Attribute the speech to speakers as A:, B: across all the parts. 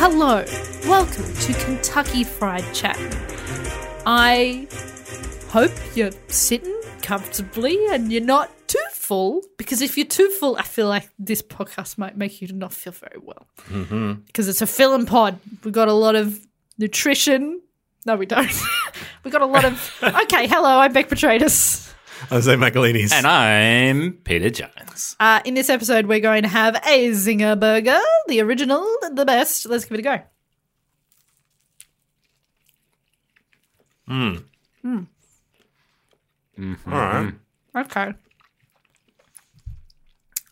A: Hello, welcome to Kentucky Fried Chat. I hope you're sitting comfortably and you're not too full, because if you're too full, I feel like this podcast might make you not feel very well. Because it's a filling pod. We've got a lot of nutrition. No, we don't. We've got a lot of. Okay, hello, I'm Beck Petratus.
B: Jose Michaelinis.
C: And I'm Peter Jones.
A: Uh, in this episode, we're going to have a Zinger Burger, the original, the best. Let's give it a go.
C: Hmm.
A: Hmm.
C: Mm-hmm.
B: All right.
A: Mm-hmm. Okay.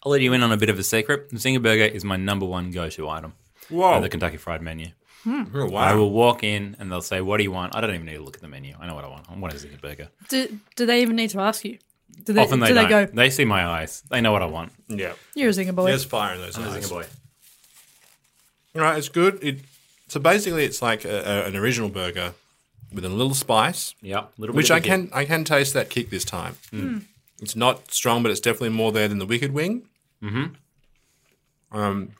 C: I'll let you in on a bit of a secret. The Zinger Burger is my number one go to item
B: Whoa.
C: at the Kentucky Fried menu.
B: Oh,
C: I
B: wow.
C: will walk in and they'll say, What do you want? I don't even need to look at the menu. I know what I want. I want a Zinger Burger.
A: Do, do they even need to ask you? Do they,
C: Often they
A: do
C: don't.
A: they go,
C: They see my eyes. They know what I want.
B: Yeah.
A: you're a Zinger boy?
B: There's fire in those
C: I'm a
B: eyes.
C: Zinger
B: All
C: Boy.
B: right, it's good. It, so basically, it's like a, a, an original burger with a little spice,
C: Yep. Little bit
B: which
C: of
B: I
C: kick.
B: can I can taste that kick this time. It's not strong, but it's definitely more there than the Wicked Wing. Mm-hmm. Um,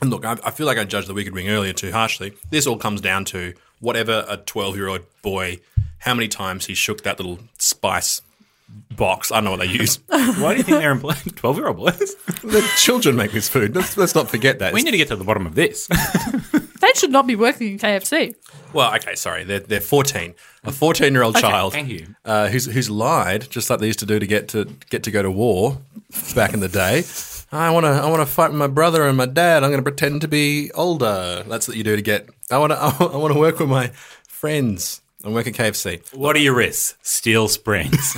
B: and look, I, I feel like I judged the Wicked Wing earlier too harshly. This all comes down to whatever a twelve-year-old boy, how many times he shook that little spice box. I don't know what they use.
C: Why do you think they're employing 12 year old boys?
B: The children make this food. Let's, let's not forget that.
C: We need to get to the bottom of this.
A: they should not be working in KFC.
B: well, okay, sorry. They're, they're 14. A 14 year old child
C: thank you.
B: Uh, who's, who's lied, just like they used to do to get to get to go to war back in the day. I want to I want to fight with my brother and my dad. I'm going to pretend to be older. That's what you do to get. I want to I want to work with my friends. I work at KFC.
C: what are your risks? Steel Springs.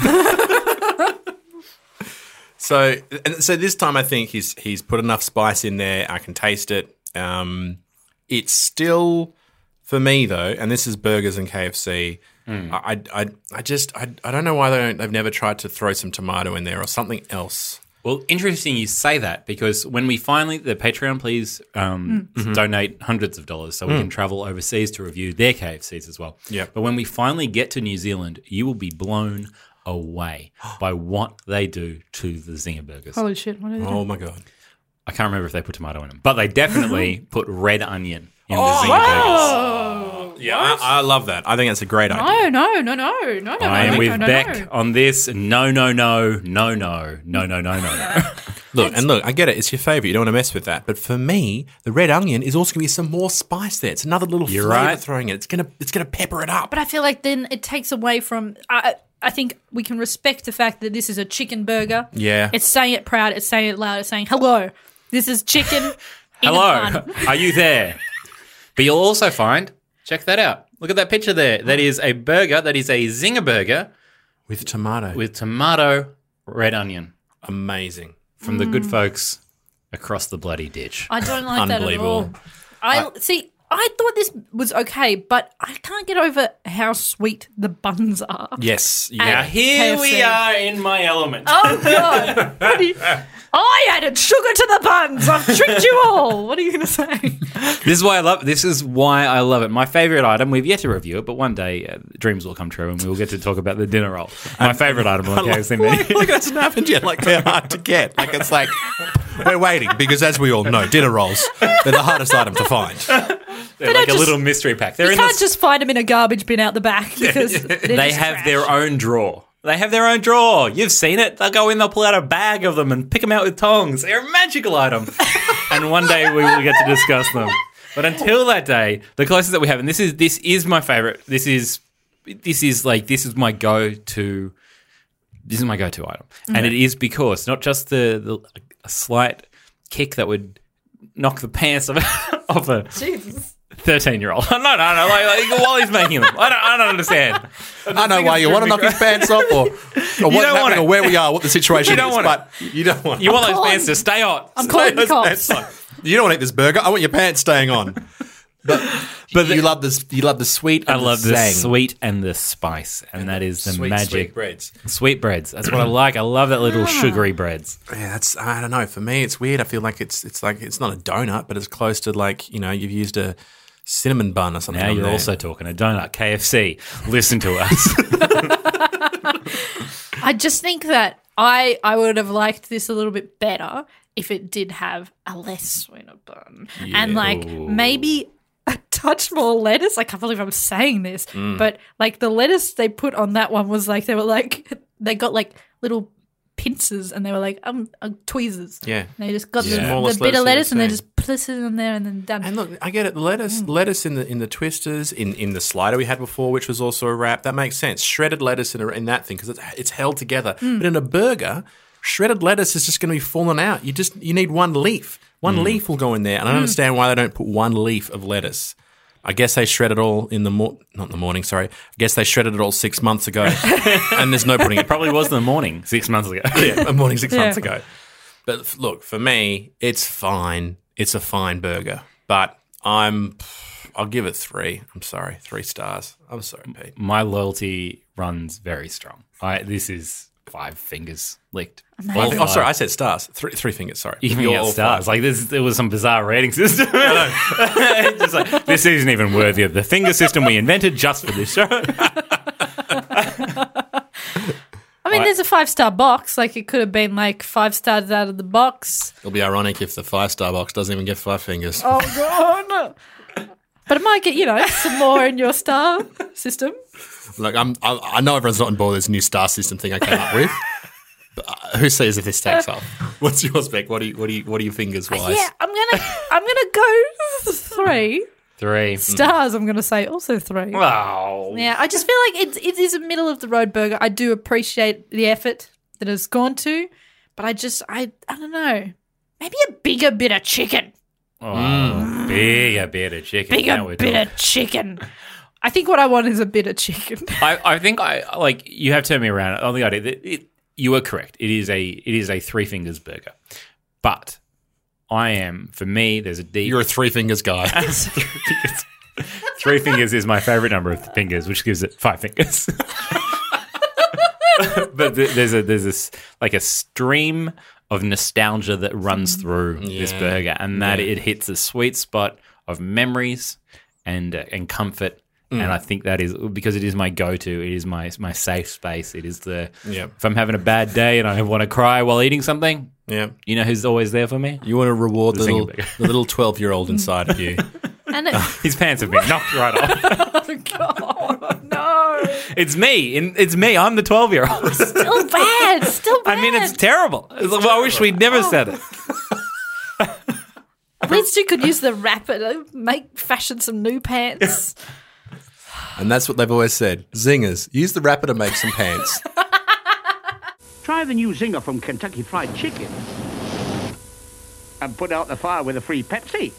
B: So and so this time I think he's he's put enough spice in there. I can taste it. Um, it's still for me though, and this is burgers and KFC. I, I I just I, I don't know why they don't, they've never tried to throw some tomato in there or something else.
C: Well, interesting you say that because when we finally the Patreon, please um, donate hundreds of dollars so we can travel overseas to review their KFCs as well.
B: Yeah.
C: But when we finally get to New Zealand, you will be blown away by what they do to the Zinger burgers.
A: Holy shit. What are they
B: Oh my god!
C: I can't remember if they put tomato in them, but they definitely put red onion in the Zinger burgers.
B: Yeah, I, I love that. I think that's a great idea.
A: Oh, no, no, no, no, no.
C: I am
A: no,
C: with
A: no, no,
C: Beck
A: no.
C: on this. No, no, no, no, no, no, no, no, no, no.
B: Look and look, I get it. It's your favorite. You don't want to mess with that. But for me, the red onion is also going to be some more spice there. It's another little
C: You're
B: flavor
C: right.
B: throwing it. It's gonna it's gonna pepper it up.
A: But I feel like then it takes away from. I, I think we can respect the fact that this is a chicken burger.
B: Yeah.
A: It's saying it proud, it's saying it loud, it's saying, hello, this is chicken. in a
C: Hello,
A: bun."
C: are you there? But you'll also find, check that out. Look at that picture there. That is a burger. That is a zinger burger
B: with tomato.
C: with tomato, red onion
B: Amazing.
C: from the good folks across the bloody ditch.
A: Mm. I don't like that at all.
B: Unbelievable.
A: I see. I thought this was okay, but I can't get over how sweet the buns are.
B: Yes.
C: Now
B: Yeah.
C: here we
A: KFC.
C: are in my element.
A: Oh god! What do you- I added sugar to the buns. I've tricked you all. What are you going to say?
C: This is why I love. This is why I love it. My favorite item. We've yet to review it, but one day uh, dreams will come true, and we will get to talk about the dinner roll. My favorite item on KFC menu.
B: Look, look, that's not happened yet. Like they're hard to get. Like it's like we're waiting because, as we all know, dinner rolls they're the hardest item to find.
C: They're like
A: I
C: a
A: just-
C: little mystery pack. They're
A: You
C: in the
A: can't just find them in a garbage bin out the back because
C: they have their own drawer. They have their own drawer. You've seen it. They'll go in, they'll pull out a bag of them and pick them out with tongs. They're a magical item. and one day we will get to discuss them. But until that day, the closest that we have, and this is this is my favorite. This is this is like this is my go to. This is my go to item, and it is because not just the, the a slight kick that would knock the pants of of a
A: Jesus.
C: thirteen year old. No, no, no. Like, like while he's making them, I don't, I don't understand.
B: I know why you want to knock his pants off, or, or what's
C: don't want
B: happening,
C: it.
B: or where we are, what the situation
C: You don't
B: is.
C: want
B: but you don't want.
C: You want
A: I'm
C: those pants
A: calling-
C: to stay on.
A: I'm calling the
B: those
A: cops.
B: pants on. You don't want to eat this burger. I want your pants staying on. But but you love this. You love the sweet.
C: I
B: and
C: love the
B: zang.
C: sweet and the spice, and, that is the
B: Sweet,
C: magic.
B: sweet breads.
C: Sweet breads. That's what I like. I love that little
A: Ah.
C: sugary breads.
B: Yeah, that's I don't know. For me, it's weird. I feel like it's it's like it's not a donut, but it's close to like you know you've used a cinnamon bun or something.
C: Now
B: on
C: you're
B: there.
C: also talking a donut. KFC, listen to us.
A: I just think that I I would have liked this a little bit better if it did have a less winner bun and like maybe a touch more lettuce. I can't believe I'm saying this,
B: Mm.
A: but like the lettuce they put on that one was like they were like they got like little pincers and they were like um uh, tweezers.
B: Yeah.
A: And they just got
B: Yeah.
A: the,
B: Smallest
A: the bit of lettuce
B: lettuce in
A: and
B: the
A: they
B: thing.
A: just placed it in there and then done.
B: And look, I get it. Lettuce, lettuce in the in the twisters, in, in the slider we had before, which was also a wrap. That makes sense. Shredded lettuce in, a, in that thing because it's, it's held together. But in a burger, shredded lettuce is just going to be falling out. You just you need one leaf. One leaf will go in there, and I don't understand why they don't put one leaf of lettuce. I guess they shred it all in the mor- not in the morning. Sorry, I guess they shredded it all six months ago, and there's no putting it.
C: Probably was in the morning six months ago.
B: yeah, a morning six months
A: Yeah.
B: ago. But f- look, for me, it's fine. It's a fine burger, but I'm. I'll give it three. I'm sorry, three stars. I'm sorry, Pete.
C: My loyalty runs very strong. I, this is five fingers licked.
B: I think- oh,
C: five.
B: sorry, I said stars. Three, three fingers. Sorry,
C: Even
B: You're
C: got
B: all
C: stars. Like this, there was some bizarre rating system. Just like, this isn't even worthy of the finger system we invented just for this show.
A: I mean, there's a five star box. Like it could have been like five stars out of the box.
B: five. It'll be ironic if the five star box doesn't even get five fingers.
A: Oh god. But it might get you know some more in your star system.
B: Like I'm, I, I know everyone's not on board with this new star system thing I came up with. But uh, who sees if this takes off? What's yours, Beck? What do you, what do you, what are your fingers wise?
A: Yeah, I'm gonna I'm gonna go
C: Mm.
A: three
C: Three.
A: stars. I'm gonna say also three.
C: Wow.
A: Yeah, I just feel like it's it is a middle of the road burger. I do appreciate the effort that has gone to, but I just I I don't know. Maybe a bigger bit of chicken.
C: Oh, Bigger bit of chicken. Now
A: Bigger
C: we're
A: bit
C: talking.
A: of chicken. I think what I want is a bit of chicken.
C: I, I think I like you have turned me around. I don't think I did. It, it- you are correct. It is a it is a three fingers burger, but I am for me. There's a deep
B: You're a three fingers guy.
C: three fingers. Three fingers is my favorite number of fingers, which gives it five fingers. but th- there's a there's this like a stream of nostalgia that runs through this
B: Yeah.
C: burger, and that
B: Yeah.
C: it hits a sweet spot of memories and uh, and comfort.
B: Mm.
C: And I think that is because it is my go-to. It is my my safe space. It is the
B: Yep.
C: if I'm having a bad day and I want to cry while eating something,
B: yeah.
C: you know who's always there for me?
B: You want to reward the
C: singer
B: little,
C: bigger.
B: the little twelve year old inside of you.
A: And it, oh
C: His pants have been knocked right off.
A: god, no,
C: It's me. and It's me. I'm the 12 year old.
A: still bad, still bad.
C: I mean, it's terrible. It's like, well, I wish we'd never said it.
A: At least you could use the wrapper, make fashion some new pants.
B: And that's what they've always said. Zingers, use the wrapper to make some pants.
D: Try the new Zinger from Kentucky Fried Chicken. And put out the fire with a free Pepsi.